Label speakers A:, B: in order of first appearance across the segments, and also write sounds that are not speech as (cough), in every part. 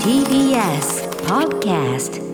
A: TBS Podcast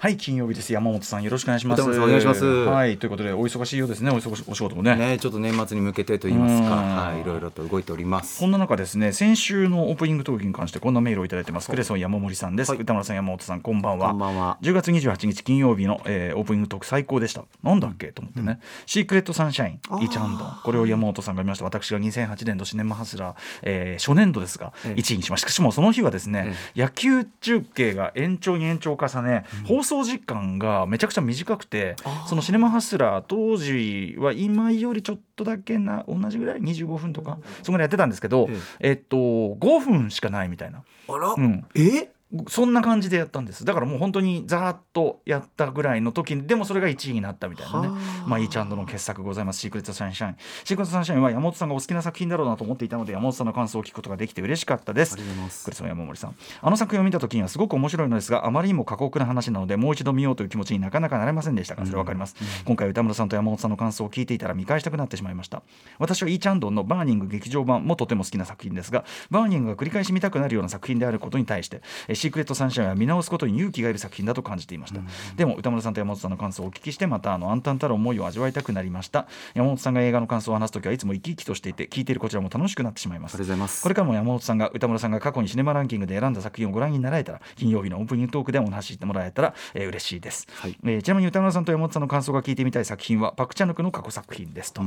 B: はい、金曜日です。山本さん、よろしくお願いします。
C: お願いします
B: はい、ということで、お忙しいようですね。お忙しいお仕事もね。
C: ね、ちょっと年末に向けてと言います
B: うん
C: か、はい、いろいろと動いております
B: そ。んな中ですね、先週のオープニングトークに関してこんなメールをいただいてます。クレソン山森さんです。
C: はい
B: 歌丸さん、山本さん、こんばんは。
C: こんばんは
B: 10月28日金曜日の、えーオープニングトーク最高でした。なんだっけと思ってね、シークレットサンシャイン、イチャンドン。これを山本さんが見ました。私が2008年のシネマハスラー、えー初年度ですが、
C: ええ
B: 1位にしました。しかもその日はですね、野球中継が延長に延長を重ね、放送時間がめちゃくちゃ短くて、そのシネマハスラー当時は今よりちょっとだけな同じぐらい25分とか、そんぐらいやってたんですけど、
C: え
B: えっと5分しかないみたいな、
C: あら
B: うん、
C: え、
B: そんな感じでやったんですだからもう本当にざーっとやったぐらいの時にでもそれが1位になったみたいなね
C: はあ
B: まあ、イーチャンドの傑作ございます「シークレット・サンシャイン」シークレット・サンシャインは山本さんがお好きな作品だろうなと思っていたので山本さんの感想を聞くことができて嬉しかったです
C: ありがとうございます
B: クレソン山森さんあの作品を見た時にはすごく面白いのですがあまりにも過酷な話なのでもう一度見ようという気持ちになかなかなれませんでしたがそれはわかります、今回歌村さんと山本さんの感想を聞いていたら見返したくなってしまいました私はイーチャンドンのバーニング劇場版もとても好きな作品ですがバーニングが繰り返し見たくなるような作品であることに対してえーシークレット・サンシャインは見直すことに勇気がいる作品だと感じていました、でも歌村さんと山本さんの感想をお聞きしてまたあの暗淡たる思いを味わいたくなりました山本さんが映画の感想を話すときはいつも生き生きとしていて聞いているこちらも楽しくなってしまいます
C: ありがとうございます
B: これからも山本さんが歌村さんが過去にシネマランキングで選んだ作品をご覧になられたら金曜日のオープニングトークでもお話ししてもらえたら、えー嬉しいです、
C: はい
B: えーちなみに歌村さんと山本さんの感想が聞いてみたい作品はパクチャヌクの過去作品ですと、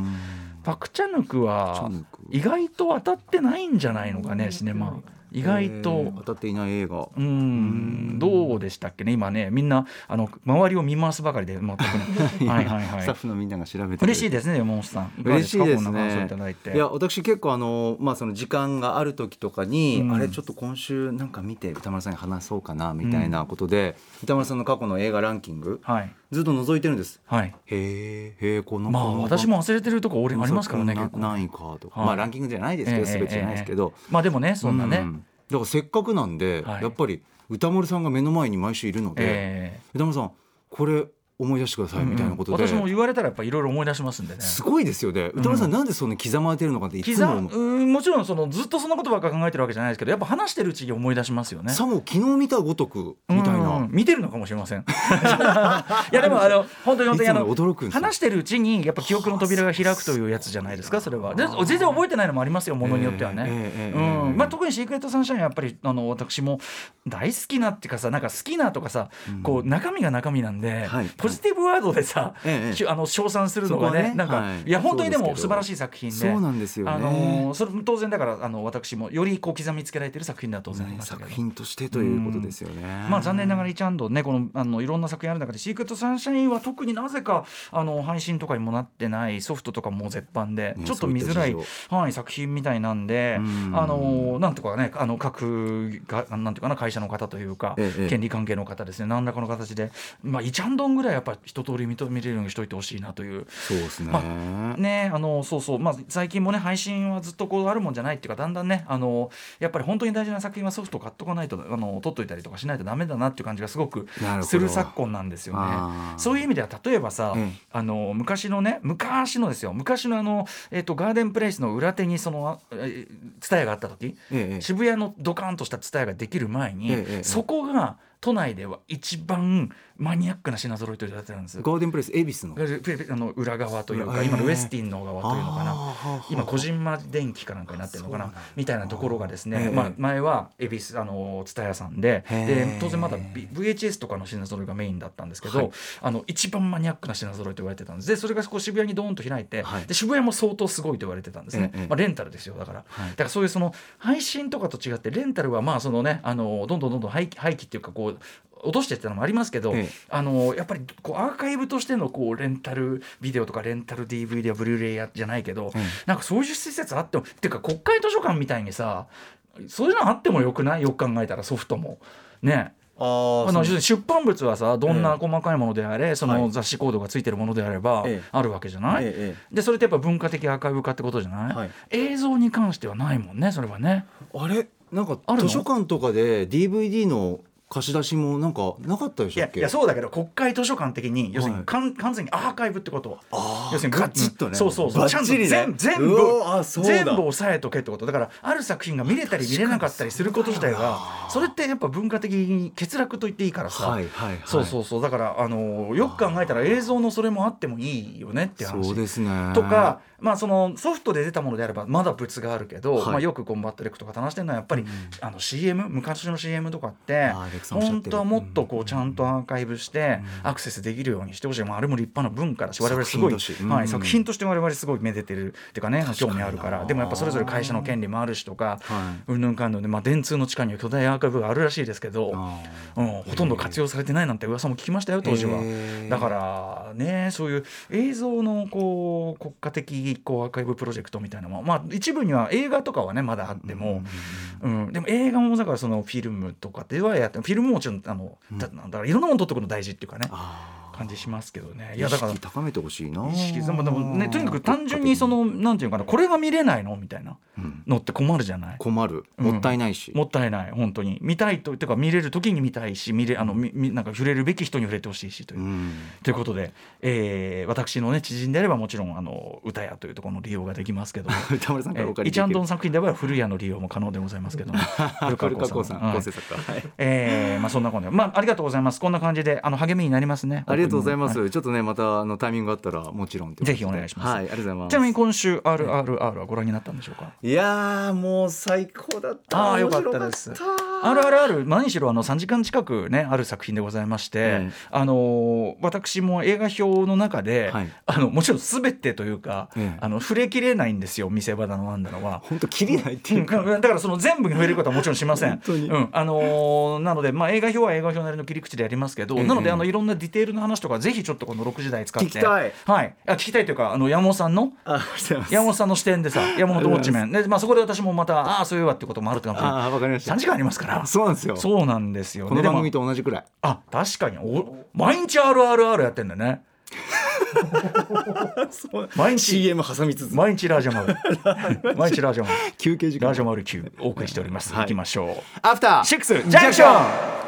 B: パクチャヌク
C: パ
B: は
C: クチャヌク
B: 意外と当たってないんじゃないのかねシネマ意外と、
C: えー当たっていない映画。
B: うーんどうでしたっけね、今ね、みんなあの周りを見回すばかりで、まあ、
C: (laughs)
B: 特にはいはい
C: ス
B: は
C: タッ
B: い。
C: フのみんなが調べてくれて
B: 嬉しいですね、山本さん。かが
C: 嬉しい
B: か
C: です
B: こんな感想い
C: ね
B: ただいて。
C: いや私結構あの、まあ、その時間がある時とかに、
B: うん
C: あれちょっと今週なんか見て歌丸さんに話そうかなみたいなことで、歌丸さんの過去の映画ランキング
B: はい。
C: ずっと覗いてるんです
B: はい。
C: へえへえこの
B: まあ、私も忘れてるとこ、俺ありますからね、
C: な
B: 結構。
C: 何位かとか、
B: はい
C: まあランキングじゃないですけど、
B: ええ
C: 全てじゃないですけど、
B: ええまあ、でもね、そんな
C: う
B: ね。
C: んだからせっかくなんで、
B: はい
C: やっぱり歌丸さんが目の前に毎週いるので、
B: ええ
C: 歌丸さんこれ思い出してくださいみたいなことで、
B: うん私も言われたら、やっぱいろいろ思い出しますんでね。
C: すごいですよね、歌丸さんなんでそんな刻まれてるのかっていつ
B: 膝
C: も
B: う
C: 思う
B: ーんもちろんそのずっとそんなことばっか考えてるわけじゃないですけどやっぱ話してるうちに思い出しますよね。
C: さも昨日見たごとくみたい
B: うん
C: な、
B: 見てるのかもしれま
C: (laughs)
B: せんいやでもあの本当に本当にあの
C: いつもね驚くんですよ
B: 話してるうちにやっぱ記憶の扉が開くというやつじゃないですかそれはで全然覚えてないのもありますよものによってはね、
C: ええええええ
B: うんまあ、特に「シークレット・サンシャイン」はやっぱりあの私も大好きなっていうかさなんか好きなとかさ、こう中身が中身なんで、
C: はい
B: ポジティブワードでさ、
C: ええ
B: きゅあの称賛するのが
C: そこ
B: ね
C: はね
B: なんか、
C: はい
B: い、や本当にで
C: そう
B: も
C: ですけ
B: 素
C: ど
B: 晴らしい作品で
C: そうなんですよね
B: あのそれ当然だからあの私もよりこう刻みつけられてる作品だと思い
C: ね
B: ましたけど。
C: 作品としてということですよね。
B: まあ、残念ながら、イチャンドね、この、あの、いろんな作品ある中で、シークレットサンシャインは特になぜか。あの、配信とかにもなってない、ソフトとかも絶版で、
C: ね
B: ちょっと見づらい
C: そういっ。
B: はい、作品みたいなんで、
C: うん
B: あの、なんとかね、あの、各、が、なんていうかな、会社の方というか
C: え。え
B: 権利関係の方ですね、何らかの形で、まあ、イチャンドンぐらい、やっぱ、一通り認めれるようにしといてほしいなという。
C: そうですね、
B: まね、あのそうそう、まあ、最近もね配信はずっとこうあるもんじゃないっていうかだんだんねあのやっぱり本当に大事な作品はソフト買っとかないとあの取っといたりとかしないとダメだなっていう感じがすごく
C: なるほど
B: する昨今なんですよ
C: あ
B: ね。
C: ー
B: そういう意味では例えばさ、
C: ええ
B: あの昔のね昔のですよ昔のあの、えっとガーデンプレイスの裏手にその蔦屋があった時、
C: ええ
B: 渋谷のドカンとした蔦屋ができる前に、
C: ええええ
B: そこが都内では一番マニアックな品揃いと言われてるんです
C: ガーデンプレイス恵比寿の
B: がペペあの裏側というか、
C: 裏
B: 今の
C: え
B: ウ
C: ー
B: ェスティンの側というのか
C: あーはあ
B: な
C: はあ
B: 今小島電機かなんかになってるのかなみたいなところがですね、
C: えー
B: まあ、前は恵比寿あの蔦屋さんで
C: へ
B: で
C: ー
B: 当然まだ V- VHS とかの品揃いがメインだったんですけど、
C: はい
B: あの一番マニアックな品揃いと言われてたんですでそれがこう渋谷にドーンと開いて、
C: はい
B: で渋谷も相当すごいと言われてたんですね、
C: えー
B: まあ、レンタルですよだから、
C: はい
B: だからそういうその配信とかと違ってレンタルはまあそのねあのどんどんどんどん廃棄廃棄っていうかこう落としてってのもありますけど、
C: ええ
B: あのやっぱりこうアーカイブとしてのこうレンタルビデオとかレンタル DVD やブルーレイやじゃないけど、
C: ええ
B: なんかそういう施設あってもっていうか国会図書館みたいにさそういうのあってもよくないよく考えたらソフトも。ね、
C: あ
B: あ
C: ー
B: の
C: そう
B: 出版物はさどんな
C: え
B: 細かいものであれ、そ
C: は
B: の
C: い
B: 雑誌コードがついてるものであれば、
C: ええ
B: あるわけじゃない、
C: えええ
B: でそれってやっぱ文化的アーカイブ化ってことじゃない、
C: はい
B: 映像に関してはないもんねそれはね。
C: あれなんか
B: あるの
C: 図書館とかで DVD の貸し出しもなんかなかったで
B: い
C: しょ
B: や
C: っ
B: い
C: け
B: やそうだけど国会図書館的に要する
C: は
B: に
C: い
B: かん完全にアーカイブってこと
C: あー
B: 要するに
C: ガチッとね
B: そうそうそう
C: バ
B: ちゃ
C: ッ
B: ん
C: チ
B: と
C: リね
B: 全全部
C: うわあそうだ
B: 全部押さえとけってことだからある作品が見れたり見れなかったりすること自体がそれってやっぱ文化的に欠落と言っていいからさ、
C: はいはいはい
B: そうそうそうだからあのよく考えたら映像のそれもあってもいいよねっていう話
C: そうですね
B: とか、まあ、そのソフトで出たものであればまだ物があるけど、
C: はい
B: まあ、よくコンバットレックとか話してるのはやっぱり、あの CM 昔の CM とかって
C: あーレクさんおっしゃ
B: 本
C: ってる
B: 当はもっとこうちゃんとアーカイブしてアクセスできるようにしてほしい、まあ、あれも立派な文化だし我々すごい
C: 作品だしうん
B: はい、作品として我々すごいめでてるっていうかね興味あるからでもやっぱそれぞれ会社の権利もあるしとか、
C: は
B: うんぬんかんぬんで、まあ、電通の地下には巨大アーカイブがあるらしいですけど。
C: あー
B: うん、ほとんど活用されてないなんて噂も聞きましたよ当時は
C: へー
B: だからねそういう映像のこう国家的こうアーカイブプロジェクトみたいなのもまあ一部には映画とかはねまだあっても、うんでも映画もだからそのフィルムとかではやってフィルムももちろんあの、だだからいろんなもの撮っておくの大事っていうかね
C: あ
B: 感じしますけどね
C: ー
B: いやだから
C: 意識高めてほしいな
B: 意識でもでもねとにかく単純にそのなんていうのかなこれが見れないのみたいな
C: うん
B: のって困るじゃない。
C: 困る
B: うん
C: もったいないし、
B: もったいない本当に見たいとてか見れる時に見たいし見れあのみみなんか触れるべき人に触れてほしいしという、
C: うん
B: ということで、えー私のね知人であればもちろんあの歌屋というところの利用ができますけども
C: 歌丸さんからお借り
B: 一安堂の作品であれば古谷の利用も可能でございますけども古
C: (laughs) 古川光さん
B: はい
C: 構成作家、はい
B: えーまあそんなことでまあありがとうございますこんな感じであの励みになりますね
C: ありがとうございます、
B: は
C: ちょっとねまたあのタイミングがあったらもちろんとうことで
B: ぜひお願いします
C: はいありがとうございます
B: ちなみに今週 RRR はご覧になったんでしょうか
C: いやーもう最高だった
B: ああよかったです
C: 面白かった
B: あるあるある何しろあの3時間近くねある作品でございまして、
C: うん
B: あのー私も映画表の中で、
C: はい
B: あのもちろん全てというか、
C: ええ
B: あの触れきれないんですよ見せ場だのなんだのは。
C: 本当切りないって
B: う
C: い
B: ん
C: うか、
B: だからその全部に触れることはもちろんしません。
C: 本当に
B: うん、あのーなので、まあ、映画表は映画表なりの切り口でやりますけど、
C: ええ
B: なのであのいろんなディテールの話とかぜひちょっとこの6時台使って
C: 聞きたい
B: はい、あ聞きたいというかあの山本さんの
C: あありがとうございます
B: 山本さんの視点で
C: (laughs)
B: さ山本ウォッチメンで、まあ、そこで私もまたああそういうわってこともあるってかもしれない
C: ああわかりました
B: 3時間ありますから
C: そうなんですよ
B: そうなんですよね、
C: この番
B: でも
C: 組と同じくらい
B: あ確かにお毎日 RRR やってんだよね毎日
C: CM 挟みつつ
B: 毎日ラジオマ
C: (laughs)
B: ル毎日ラジオマル
C: 休憩時間
B: ラジオマル9お送りしております、
C: はい
B: 行きましょう
C: アフター
B: シックスジャンクション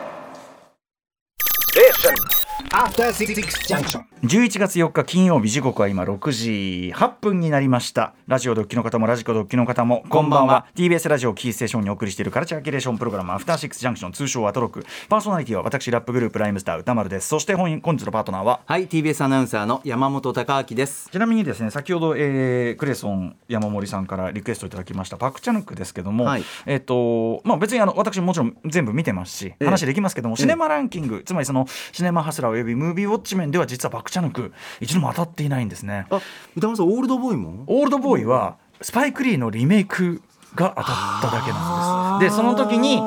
D: After Six Junction.
B: 11月4日金曜日時刻は今6時8分になりましたラジオドッキの方もラジコドッキの方もこんばん
C: こんばん
B: は TBS ラジオキーステーションにお送りしているカルチャーキュレーションプログラムアフターシックスジャンクション通称アトロクパーソナリティは私ラップグループライムスター歌丸ですそして本本日のパートナーは
C: はい TBS アナウンサーの山本貴明です
B: ちなみにですね先ほど、えークレソン山森さんからリクエストいただきましたパクチャヌックですけども、
C: はい
B: えっ、とまあ別にあの私もちろん全部見てますし、
C: え
B: 話できますけどもシネマランキング、つまりそのシネマハスラーおよびムービーウォッチ面では実はパクチャヌック一度も当たっていないんですね
C: あ歌丸さんオールドボーイも
B: オールドボーイはスパイク・リーのリメイクが当たっただけなんですでその時に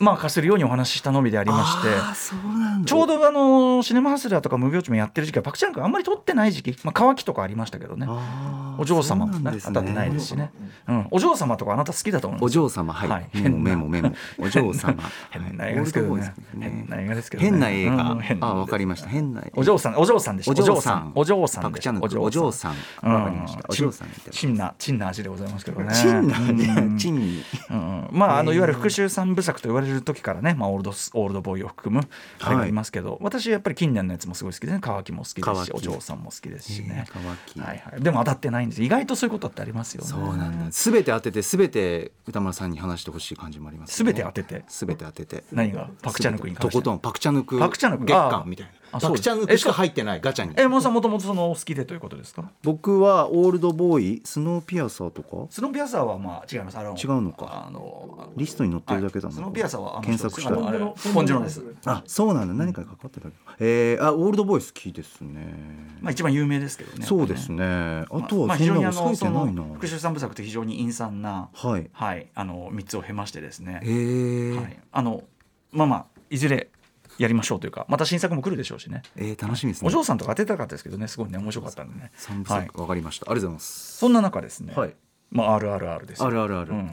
B: まあかするようにお話ししたのみでありまして
C: あーそうなんだ
B: ちょうどあのシネマハスラーとかムービーウォッチもやってる時期はパクチャンクあんまり撮ってない時期、まあ、乾きとかありましたけどね
C: あー
B: お嬢様も、
C: そうなん
B: ね、
C: です
B: 当た
C: ね
B: ってないですしね、うん、お嬢様とかあなた好きだと思うん
C: お
B: ですよ
C: 嬢様はい、
B: はい
C: メモメモメモお嬢様
B: (laughs) 変な映画ですけどね変な映画ですけどね
C: 変な映画、
B: うん変な
C: あわかりました変な映画
B: お嬢さんお嬢さんでした
C: お嬢さん
B: お嬢さん
C: パクチャヌックお
B: お嬢
C: 嬢
B: さん
C: さん
B: うん
C: わかりましたお嬢さんみたいな
B: チンなチンな味でございますけどね
C: チンな
B: うん
C: ね、チンに。
B: うんうんまあ、あのいわゆる復讐三部作と言われる時からね、まあ、オールドスオールドボーイを含むあれがありますけど、私やっぱり近年のやつもすごい好きでね乾きも好きですし
C: 乾
B: お
C: き
B: 嬢さんも好きですしね
C: え、ー乾き
B: はいはい、でも当たってないんです意外とそういうことってありますよね
C: そうなんだ。すべて当てて、すべて歌丸さんに話してほしい感じもあります、
B: 全て当てて
C: すべて当てて。
B: 何がパクチャヌクに関
C: と
B: して
C: ことんパクチャヌク。
B: パクチャヌク
C: 月
B: あ
C: 間みたい
B: あ
C: な。
B: そう
C: パク
B: です
C: チャヌクしか入ってないガチャに。
B: えもさんもともとそのお好きでということですか
C: 僕はオールドボーイ、スノーピアサーとか。
B: スノーピアサーはまあ違いますあの
C: 違うのか
B: あの
C: リストに載ってるだけだな。
B: はいスノーピアサーはあの
C: 検索した
B: あのあれ
C: ら。
B: 本物です、
C: あ、そうなんだ。何かにかかってるだけ。えー、あ、オールドボーイ好きですね。
B: まあ、一番有名ですけどね
C: そうです
B: ね
C: ね。あ
B: まあ
C: と
B: まあ
C: は
B: 非
C: そん
B: 常に
C: な
B: あの
C: 抑えて
B: そ
C: な
B: の
C: いな。
B: 復讐三部作って非常に陰惨な
C: はい。
B: はい、あの三つを経ましてですね、
C: えー
B: はい、あのまあまあいずれやりましょうというかまた新作も来るでしょうしね
C: えー楽しみですね。
B: お嬢さんとか当てたかったですけどねすごいね面白かったんでね
C: 三部
B: はい、
C: 作わかりました。ありがとうございます。
B: そんな中ですね、
C: はい
B: まあ、RRR ですよ
C: あるあるある
B: うん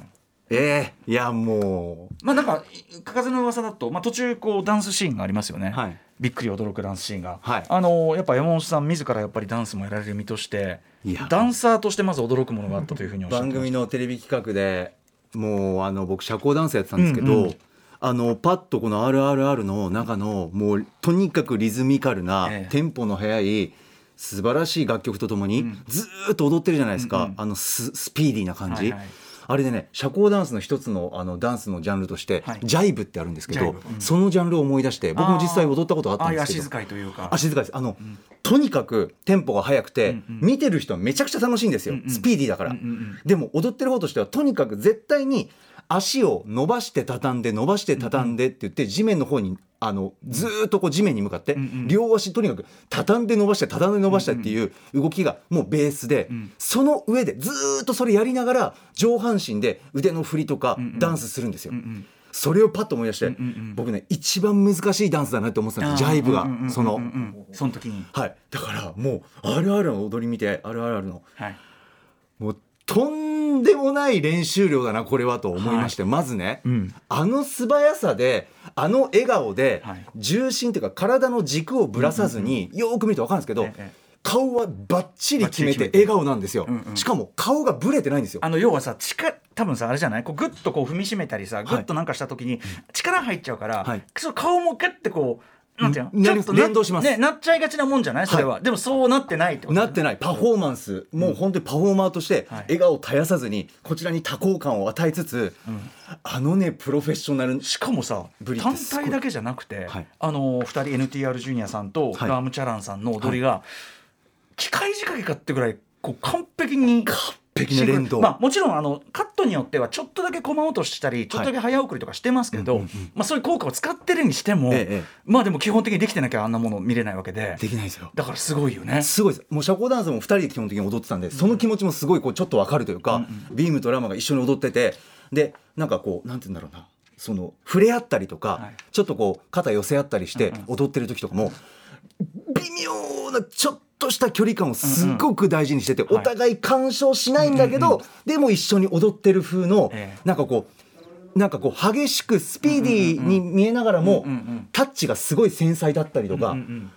C: ええいやも
B: まあなんか風の噂だと、まあ、途中こうダンスシーンがありますよね、
C: はい
B: びっくり驚くダンスシーンが、
C: はい
B: あのーやっぱ山本さん自らやっぱりダンスもやられる身として
C: いや
B: ダンサーとしてまず驚くものがあったというふうにお
C: う
B: っしゃって
C: 番
B: まし
C: 組
B: た
C: のテレビ企画でもうあの僕社交ダンスやってたんですけど、
B: うんうん
C: あのパッとこの「RRR」の中のもうとにかくリズミカルな、
B: ええ
C: テンポの速い素晴らしい楽曲とともに、ずーっと踊ってるじゃないですか、
B: うんうん
C: あのススピーディーな感じ。
B: はいはい
C: あれでね社交ダンスの一つのあのダンスのジャンルとして、
B: はい
C: ジャイブってあるんですけ
B: ジャイ
C: ど
B: ブ、うん
C: そのジャンルを思い出して僕も実際踊ったことあったんですけ
B: ああいう足
C: ど
B: 遣いというか
C: あ静かですあの、とにかくテンポが速くて、
B: うん
C: 見てる人はめちゃくちゃ楽しいんですよ、
B: うんうん
C: スピーディーだから、
B: うんうんうん
C: でも踊ってる方としてはとにかく絶対に足を伸ばして畳んで伸ばして畳んでって言って地面の方にあのずーっとこう地面に向かって、
B: うんうん
C: 両足とにかく畳んで伸ばして畳んで伸ばしてっていう動きがもうベースで、
B: ん
C: その上でずーっとそれやりながら上半身で腕の振りとか
B: んうん
C: ダンスするんですよ。
B: うんうん
C: それをパッと思い出し
B: ん
C: て、
B: うんうん
C: 僕ね一番難しいダンスだなって思ってたんですジャイブが、
B: うんうんうんうんうん
C: その、
B: その時に
C: はい、だからもうあるあるの踊り見てあるあるあるの
B: はい
C: もうとんでもない練習量だなこれはと思いまして、まずね、
B: ん
C: あの素早さであの笑顔で、
B: はい
C: 重心というか体の軸をぶらさずに、よーく見ると分かるんですけど、
B: ええ
C: 顔はばっちり決め
B: バッチリ決
C: て
B: めて
C: 笑顔なんですよ、
B: うんうん
C: しかも顔がぶれてないんですよ
B: あの要はさ力多分さあれじゃないこうグッとこう踏みしめたりさグッとなんかした時に力入っちゃうから、
C: はい
B: その顔もグッてこうなんていうの
C: うんなり
B: ちょっとな
C: 連動します
B: ねなっちゃいがちなもんじゃないそれは、でもそうなってないってこと
C: なってないパフォーマンス、もう本当にパフォーマーとして
B: はい
C: 笑顔を絶やさずにこちらに多幸感を与えつつ、あのねプロフェッショナル
B: しかもさ
C: ブリッ
B: 単
C: ジすごい
B: 体だけじゃなくて、
C: はい
B: あの2人 NTR ジュニアさんと
C: はい
B: ラームチャランさんの踊りが、機械仕掛けかってぐらいこう完璧に完
C: 璧な連動
B: まあ、もちろんあのカットによってはちょっとだけ駒落としたりちょっとだけ早送りとかしてますけど、まあ、そういう効果を使ってるにしても、
C: ええええ
B: まあでも基本的にできてなきゃあんなもの見れないわけで
C: できないですよ
B: だからすごいよね。
C: すごいですもう社交ダンスも2人で基本的に踊ってたんでその気持ちもすごいこうちょっとわかるというか、ビームとラマが一緒に踊っててでなんかこうなんて言うんだろうなその触れ合ったりとか、
B: はい
C: ちょっとこう肩寄せ合ったりして踊ってる時とかも微妙なちょっとした距離感をすごく大事にしてて、
B: ん
C: お互い干渉しないんだけど、でも一緒に踊ってる風の、
B: ええ
C: なんかこうなんかこう激しくスピーディーに見えながらも、
B: うんうんうん
C: タッチがすごい繊細だったりとか、
B: うん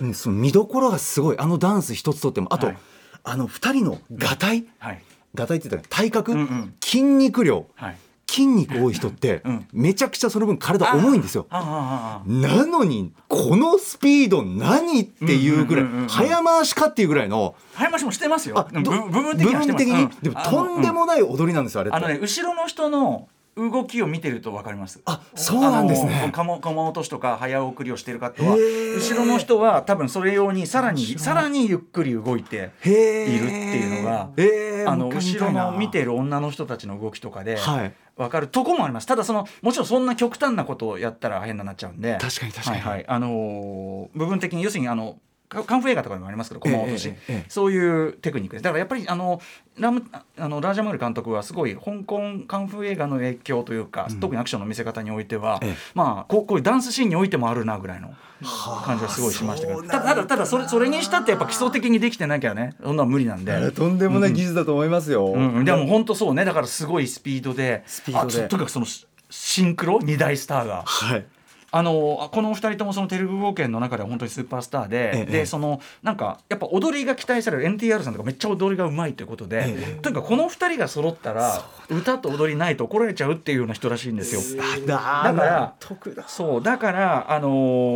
B: うん
C: うん、その見どころがすごいあのダンス一つとってもあと、
B: はい
C: あの二人のがたい
B: はい
C: がたいって言ったら体格、
B: んうん
C: 筋肉量
B: はい、
C: 筋肉多い人って、
B: うん
C: めちゃくちゃその分体重いんですよ。
B: ああああ
C: なのにこのスピード何っていうぐらい、
B: うんうんうんうん
C: 早回しかっていうぐらいの
B: 早回しもしてますよ
C: あ
B: 部
C: ど
B: 部分的にはしてます
C: 部分的に
B: う
C: でもとんで
B: あのう
C: もない踊りなんですよあれって。
B: あのね後ろの人の動きを見てると分かります。
C: あそうなんですね
B: あの鎌鎌落としとか早送りをしてる方は
C: へー
B: 後ろの人は多分それ用にさらにさらにゆっくり動いて
C: へー
B: いるっていうのが
C: へー
B: あの
C: もう一
B: 後ろ
C: 回見たいな
B: の見てる女の人たちの動きとかで。
C: はい
B: 分かるとこもありますただそのもちろんそんな極端なことをやったら変なになっちゃうんで
C: 確かに確かに
B: はいはいあのー部分的に要するにあのカカンフー映画とかにもありますけど
C: ええ
B: 駒落とし、
C: ええええ
B: そういうテクニックですだからやっぱりあのラムああのラージャマール監督はすごい香港カンフー映画の影響というか、特にアクションの見せ方においては、
C: ええ
B: まあこうこういうダンスシーンにおいてもあるなぐらいの
C: はあ
B: 感じはすごいしましたけど、
C: そうなん
B: ただ
C: だ
B: ただただそれそれにしたってやっぱ基礎的にできてなきゃねそんなの無理なんで。
C: あれとんでもない技術だと思いますよ。
B: うんうん、でも本当そうねだからすごいスピードで
C: スピードで
B: あととにかくそのシシンクロ2大スターが
C: はい
B: あのあこのお二人ともそのテレビ冒険の中では本当にスーパースターで、
C: えええ
B: で
C: え
B: そのなんかやっぱ踊りが期待される NTR さんとかめっちゃ踊りがうまいということで、とにかくこの二人が揃ったら歌と踊りないと怒られちゃうっていうような人らしいんですよ。
C: だ
B: から
C: 得だ
B: そうだからあの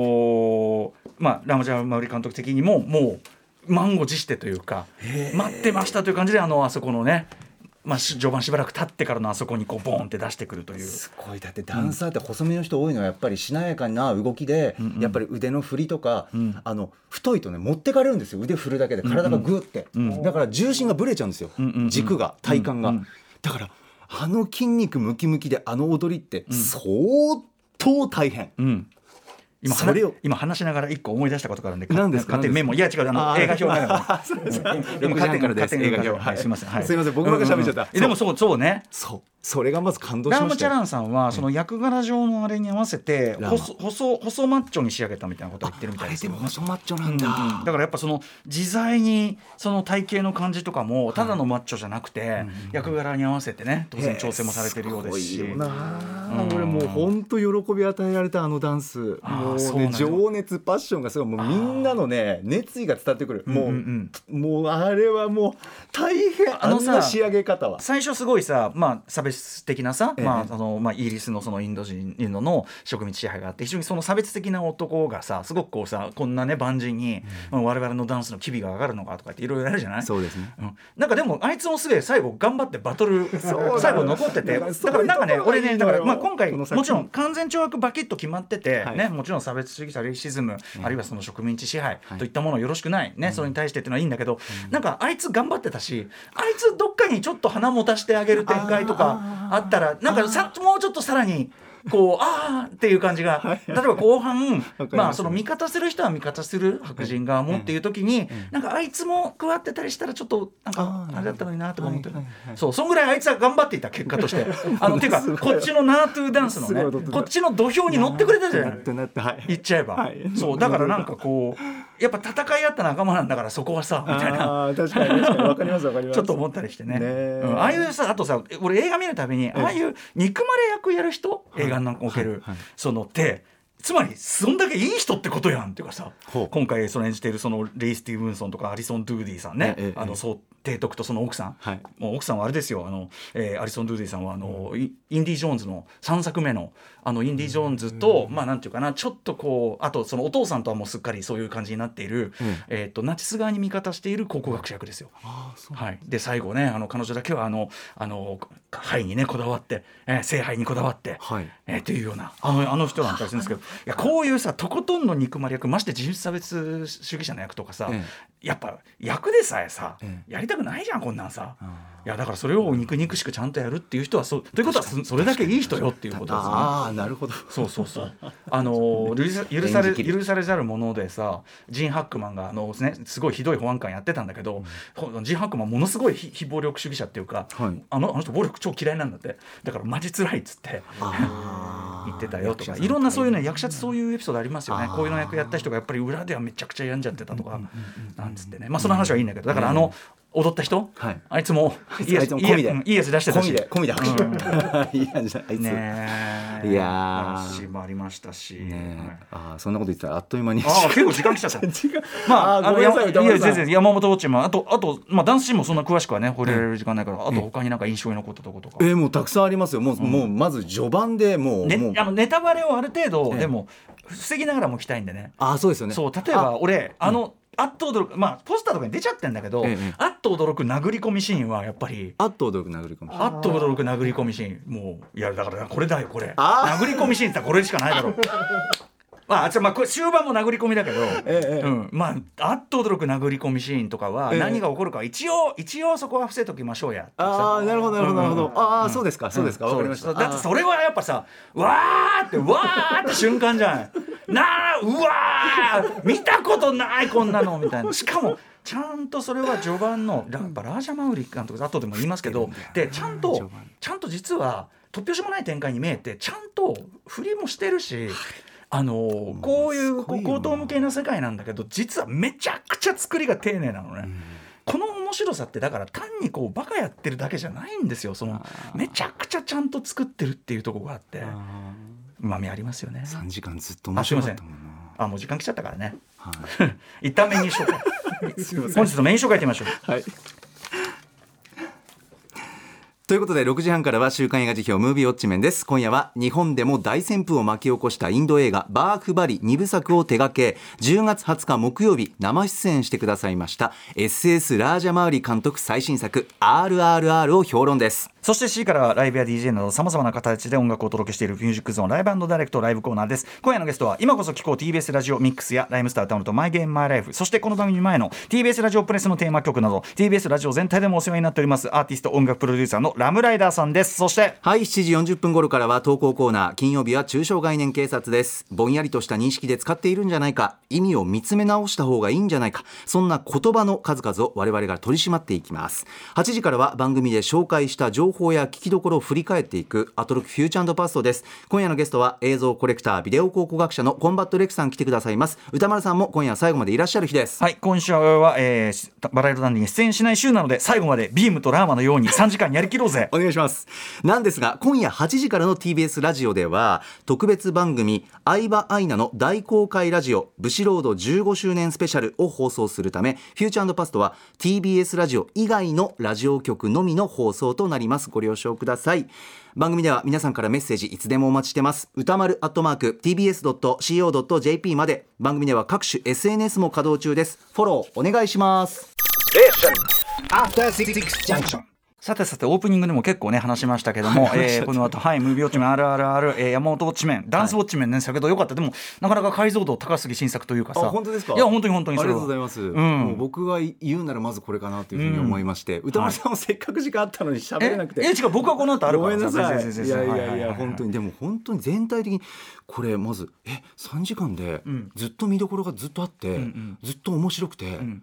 B: ーまあラムジャーマウリ監督的にももう満を持してというか待ってましたという感じであのあそこのねまあし序盤しばらく経ってからのあそこにこうボーンって出してくるという。
C: すごいだってダンサーって細身の人多いのはやっぱりしなやかな動きで、やっぱり腕の振りとか、
B: ん
C: あの太いとね持ってかれるんですよ腕振るだけで体がグーって、だから重心がぶれちゃうんですよ、
B: んうんうん
C: 軸が体幹が、
B: うんうん
C: だからあの筋肉ムキムキであの踊りって相当大変、
B: うん今話
C: それを
B: 今話しながら一個思い出したことがあるんで、
C: 何ですか
B: 勝手にメモ、いや違う、あの
C: あー
B: 映画表だから。
C: (laughs) あすいません
B: うん
C: 僕帰ってからです
B: 勝手に
C: 映画
B: 勝手
C: 表
B: にはい、すみません、は
C: すいません僕ばっかり喋っちゃった
B: うんうんうんでも、そう、そうね。
C: そうそれがまず感動し
B: ラー
C: ま
B: ム
C: し
B: チ
C: た
B: ャ
C: よ
B: ランさんはその役柄上のあれに合わせて
C: ラーマ
B: 細細細マッチョに仕上げたみたいなことを言ってるみた
C: あ
B: い
C: れ
B: です
C: で
B: よ
C: も細マッチョな
B: うん
C: んだ、
B: だからやっぱその自在にその体型の感じとかもただのマッチョじゃなくて役柄に合わせてね当然調整もされてるようですし
C: ごいよな
B: うん
C: 俺もう本当喜び与えられたあのダンス
B: あー
C: もう
B: そうな
C: ね
B: んだ
C: 情熱パッションがすごいもうみんなのね熱意が伝わってくるもう、
B: うんうん
C: もうあれはもう大変
B: あ
C: あ
B: の
C: の
B: さ
C: さ仕上げ方は
B: 最初すごいさ、まあ、サベ別的なさ、
C: ええ
B: まああのまあ、イギリスのそのインド人インドの植民地支配があって非常にその差別的な男がさすごくこうさこんなね万人に、まあ我々のダンスの機微が上がるのかとかっていろいろあるじゃない
C: そうですね
B: うんなんかでもあいつもすげえ最後頑張ってバトル最後残ってて
C: だ
B: だ
C: か
B: かららなんかね
C: そうい
B: 俺
C: うとこ
B: ねだか
C: ろがいいのよ
B: らまあ今回
C: この
B: も
C: 作品
B: ちろん完全懲悪バキッと決まってて、
C: はい
B: ね、もちろん差別主義サレシズム、あるいはその植民地支配
C: はい
B: といったものよろしくない、ねそれに対してっていうのはいいんだけど、なんかあいつ頑張ってたしあいつどっかにちょっと花持たしてあげる展開とかあったらなんかさもうちょっとさらに。こうあーっていう感じが、例えば後半
C: わかります
B: まあその味方する人は味方する白人側もっていう時に、なんかあいつも加わってたりしたらちょっとなんか
C: あー
B: あれだったのになとか思ってる、
C: はいはいはい
B: そうそんぐらいあいつは頑張っていた結果と
C: (laughs)
B: してあのていうかこっちのナートゥーダンスの
C: すごい踊って
B: ね
C: た
B: こっちの土俵に乗ってくれたじゃ
C: な
B: な
C: っ
B: い
C: てなってはい
B: 言っちゃえば、
C: はい
B: そうだからなんかこうやっぱ戦い合った仲間なんだからそこはさみたいな
C: あー確かに確かにわかりますわかります
B: ちょっと思ったりしてね
C: ねえ
B: うんああいうさあとさ俺映画見るたびにああいう憎まれ役やる人、映画における、
C: はいはい
B: そのってつまりそんだけいい人ってことやんっていうかさ
C: ほう
B: 今回その演じているそのレイ・スティーブンソンとかアリソン・ドゥーディさんね、
C: ええええ
B: あのそう提督とその奥さん、
C: はい
B: もう奥さんはあれですよあの、えーアリソン・ドゥーディさんはあの、イインディ・ジョーンズの3作目のあのインディ・ジョーンズと、まあなんていうかなちょっとこうあとそのお父さんとはもうすっかりそういう感じになっている、
C: うん
B: えー、とナチス側に味方している考古学者役ですよ。
C: あーそう
B: はい、で最後ねあの彼女だけはあのあの肺にねこだわって、えー、聖杯にこだわって、
C: はい
B: えー、っていうようなあのあの人なんたりするんで
C: (laughs)
B: すけどいやこういうさとことんの憎まれ役まして人種差別主義者の役とかさ、
C: え
B: やっぱ役でさえさ、
C: え
B: やりたくないじゃんこんなんさ。
C: あ
B: いやだからそれを肉々しくちゃんとやるっていう人はそうということはそそれだけいい人よっていうことですね。
C: あーなるほど
B: そうそうそう。あの許さ許さ
C: 演
B: れ
C: じきる
B: 許されざるものでさ、ジンハックマンがあのねすごいひどい保安官やってたんだけど、ほジンハックマンものすごい非非暴力主義者っていうか、
C: はい
B: あのあの人暴力超嫌いなんだって。だからマジ辛いっつって。言ってたよと
C: 役者
B: か
C: さん
B: いろんなそういうね役者ってそういうエピソードありますよね
C: あー
B: こういうの役やった人がやっぱり裏ではめちゃくちゃ病んじゃってたとかなんつってねまあその話はいいんだけどだからあの踊った人
C: はい
B: あいつも
C: いつ
B: いいや
C: あいつも込みで
B: うんいいやつ出してた
C: 込
B: し
C: みで込みで拍手 (laughs) いい感じだあいつ
B: ねえ
C: いやー
B: 話もありましたし、
C: ね
B: は
C: え
B: い
C: あーそんなこと言ってたらあっという間に
B: ああ結構時間来
C: (laughs)
B: ちゃった
C: ま
B: ま
C: あ
B: あ、
C: あ
B: あ
C: ご
B: の
C: めん
B: や
C: なさい歌
B: い
C: 丸
B: や
C: さ
B: 全
C: ん
B: 然山本ウォッチもあとあとまあダンスシーンもそんな詳しくはね掘れる時間ないから、あと他になんか印象に残ったとことか、
C: えーもうたくさんありますよもう、もうまず序盤でもう,、もう
B: ね、あのネタバレをある程度、
C: ええ
B: でも防ぎながらも来たいんでね
C: あーそうですよね
B: そう例えば俺あの、あっと驚くまあポスターとかに出ちゃってんだけど、
C: ええ
B: あっと驚く殴り込みシーンはやっぱり
C: あっと驚く殴るかもしれない
B: あっと驚く殴り込みシーンもういやだからこれだよこれ
C: あ
B: 殴り込みシーンってこれしかないだ
C: (laughs)
B: ろうまあ、じゃあまあこれ終盤も殴り込みだけど、
C: ええ
B: うん、まああっと驚く殴り込みシーンとかは
C: ええ
B: 何が起こるかは一応一応そこは伏せときましょうやって
C: ああなるほどなるほどなるほど、
B: うん
C: ああそうですかそうですかわ、かりまし
B: そ
C: た
B: うだって
C: あ
B: それはやっぱさわーってわーって瞬間じゃないなあうわー見たことないこんなのみたいなしかもちゃんとそれは序盤のやっぱラージャ・マウリ監督後でも言いますけどでちゃんとちゃんと実は突拍子もない展開に見えてちゃんと振りもしてるし。あのーこういう
C: ごいよな
B: 高等無形な世界なんだけど実はめちゃくちゃ作りが丁寧なのね、この面白さってだから単にこうバカやってるだけじゃないんですよそのめちゃくちゃちゃんと作ってるっていうところがあって
C: あ
B: うまみありますよね
C: ー3時間ずっと面白かったもんな
B: あもう時間来ちゃったからね
C: はい
B: (laughs) 一旦メニュ
C: (laughs)
B: ー紹介
C: すいません
B: 本日のメイン紹介いってみましょう
C: はい。ということで6時半からは週刊映画辞表ムービーウォッチメンです今夜は日本でも大旋風を巻き起こしたインド映画バーフバリ2部作を手掛け10月20日木曜日生出演してくださいました SS ラージャマウリ監督最新作 RRR を評論です
B: そして C からはライブや DJ などさまざまな形で音楽をお届けしているミュージックゾーンライブダイレクトライブコーナーです今夜のゲストは今こそ聴こう TBS ラジオミックスやライムスター歌うのとマイゲームマイライフそしてこの番組前の TBS ラジオプレスのテーマ曲など TBS ラジオ全体でもお世話になっておりますアーティスト音楽プロデューサーのラムライダーさんですそして
C: はい7時40分頃からは投稿コーナー金曜日は中小概念警察ですぼんやりとした認識で使っているんじゃないか意味を見つめ直した方がいいんじゃないかそんな言葉の数々を我々が取り締まっていきます8時からは番組で紹介した情報や聞きどころを振り返っていくアトロックフューチャーパストです今夜のゲストは映像コレクタービデオ考古学者のコンバットレクさん来てくださいます歌丸さんも今夜は最後までいらっしゃる日です
B: はい、今週は、えーしバラエティダンディに出演しない週なので最後までビームとラーマのように3時間やりきろうぜ
C: お願いしますなんですが今夜8時からの TBS ラジオでは特別番組「相葉アイナの大公開ラジオブシロード15周年スペシャル」を放送するためフューチャーパストは TBS ラジオ以外のラジオ局のみの放送となりますますご了承ください番組では皆さんからメッセージいつでもお待ちしてます歌丸アットマーク tbs.co.jp まで番組では各種 SNS も稼働中ですフォローお願いします
D: After Six Junction.
B: さてさてオープニングでも結構ね話しましたけど
C: (laughs)
B: も、えーこの後はいムービーウォッチメン RRR、えー、山本ウォッチメンダンスウォッチメンね先ほど良かったでもなかなか解像度高すぎ新作というかさ
C: あ本当ですか
B: いや本当に本当に
C: あ
B: そ
C: り
B: れ
C: が
B: は
C: とうございます、
B: ん
C: もう僕が言うならまずこれかなというふうに思いまして、歌丸さんもせっかく時間あったのに喋れなくて
B: ええ違う僕はこの後あるか
C: ご
B: ら
C: めんなさい
B: 全然全
C: い
B: 然
C: や
B: 全
C: い
B: 然
C: や
B: はい
C: い
B: はいは
C: や
B: い
C: 本当にでも本当に全体的にこれまずえ3時間で
B: ん
C: ずっと見どころがずっとあって、
B: ん
C: ずっと面白くて、
B: ん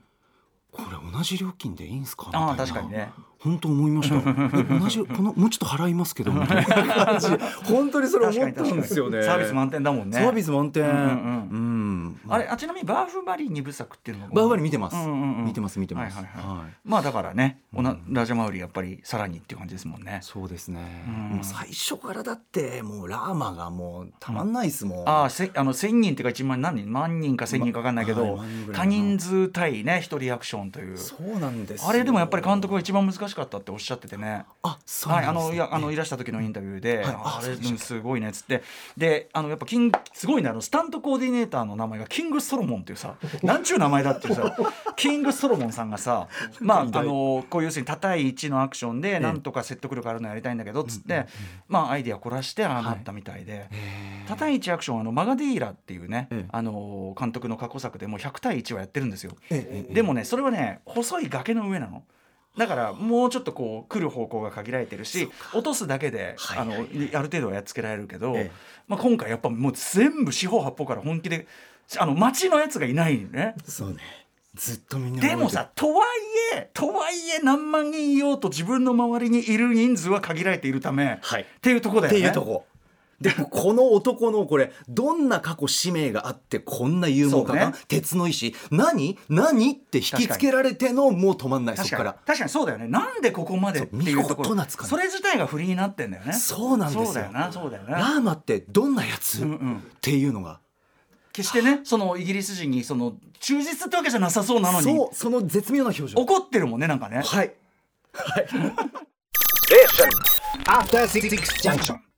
C: これ同じ料金でいいんすかみたい
B: あ
C: な
B: あ確かにね
C: 本当
B: (laughs)
C: 思いましたえ同じこのもうちょっと払いますけどみたいな感じ本当にそれ
B: 確か
C: 思っ
B: に
C: た
B: 確か
C: ん
B: に
C: ですよね
B: サービス満点だもんね
C: サービス満点、
B: う
C: うん
B: う
C: ん
B: んあれあちなみにバーフバリー二部作っていうのが
C: バーバリー見てます、
B: うんうんうん
C: 見てます見てます、
B: はいはいはい
C: はい
B: まあだからねおなラジャマウリやっぱりさらにっていう感じですもんね
C: そうですね、
B: うん
C: もう最初からだってもうラーマがもうたまんないっすもん、
B: ああせあの1000人っていうか1万何人万人か1000人か分かんないけど、
C: まはい万人ぐら
B: 多
C: いの
B: 人数対ね一人アクションという
C: そうなんですよ
B: あれでもやっぱり監督が一番難しかったっておっしゃっててね。
C: あそう
B: はい、
C: な
B: あ
C: んです
B: の
C: ね
B: いやあのいらした時のインタビューで、
C: い
B: あ
C: あ
B: あれ
C: そうでした
B: うんすごいねっつってであのやっぱキンすごいねあのスタントコーディネーターの名前がキング・ソロモンっていう
C: (laughs)
B: さなんちゅう名前だっていうさキング・ソロモンさんがさ
C: (laughs)
B: まああ
C: 偉大
B: のこういう要するに高い位置のアクションでなんとか説得力あるのやりたいんだけどっつって、まあアイディア凝らしてああなったみたいで。高い位置アクションはあのマガディーラっていうね、
C: ええ
B: あの監督の過去作でもう100対1はやってるんですよ。
C: ええ
B: でもねそれはね細い崖の上なの。だからもうちょっとこう来る方向が限られてるし落とすだけで、
C: はいはいはい
B: あのある程度はやっつけられるけど、
C: ええ
B: まあ、今回やっぱもう全部四方八方から本気であの町のやつがいないのね。
C: そうねずっとみんな
B: でもさとはいえとはいえ何万人いようと自分の周りにいる人数は限られているため、
C: はい
B: っていうとこだ
C: っ
B: よね。
C: ていうとこでこの男のこれどんな過去使命があってこんな勇猛家
B: そう
C: が、
B: ね
C: 鉄の意志何何って引きつけられてのもう止まんないそ
B: 確
C: こ
B: かに
C: から
B: 確かにそうだよねなんでここまでっていうとこ
C: そう見事
B: ろ
C: な使い
B: それ自体が振りになってんだよね
C: そうなんですよ
B: そうだよなそうだよ
C: ラ
B: な
C: ーマってどんなやつ、
B: うんうん
C: っていうのが
B: 決してねそのイギリス人にその忠実ってわけじゃなさそうなのに
C: そうその絶妙な表情
B: 怒ってるもんねなんかね
C: はい
D: After Six Junction.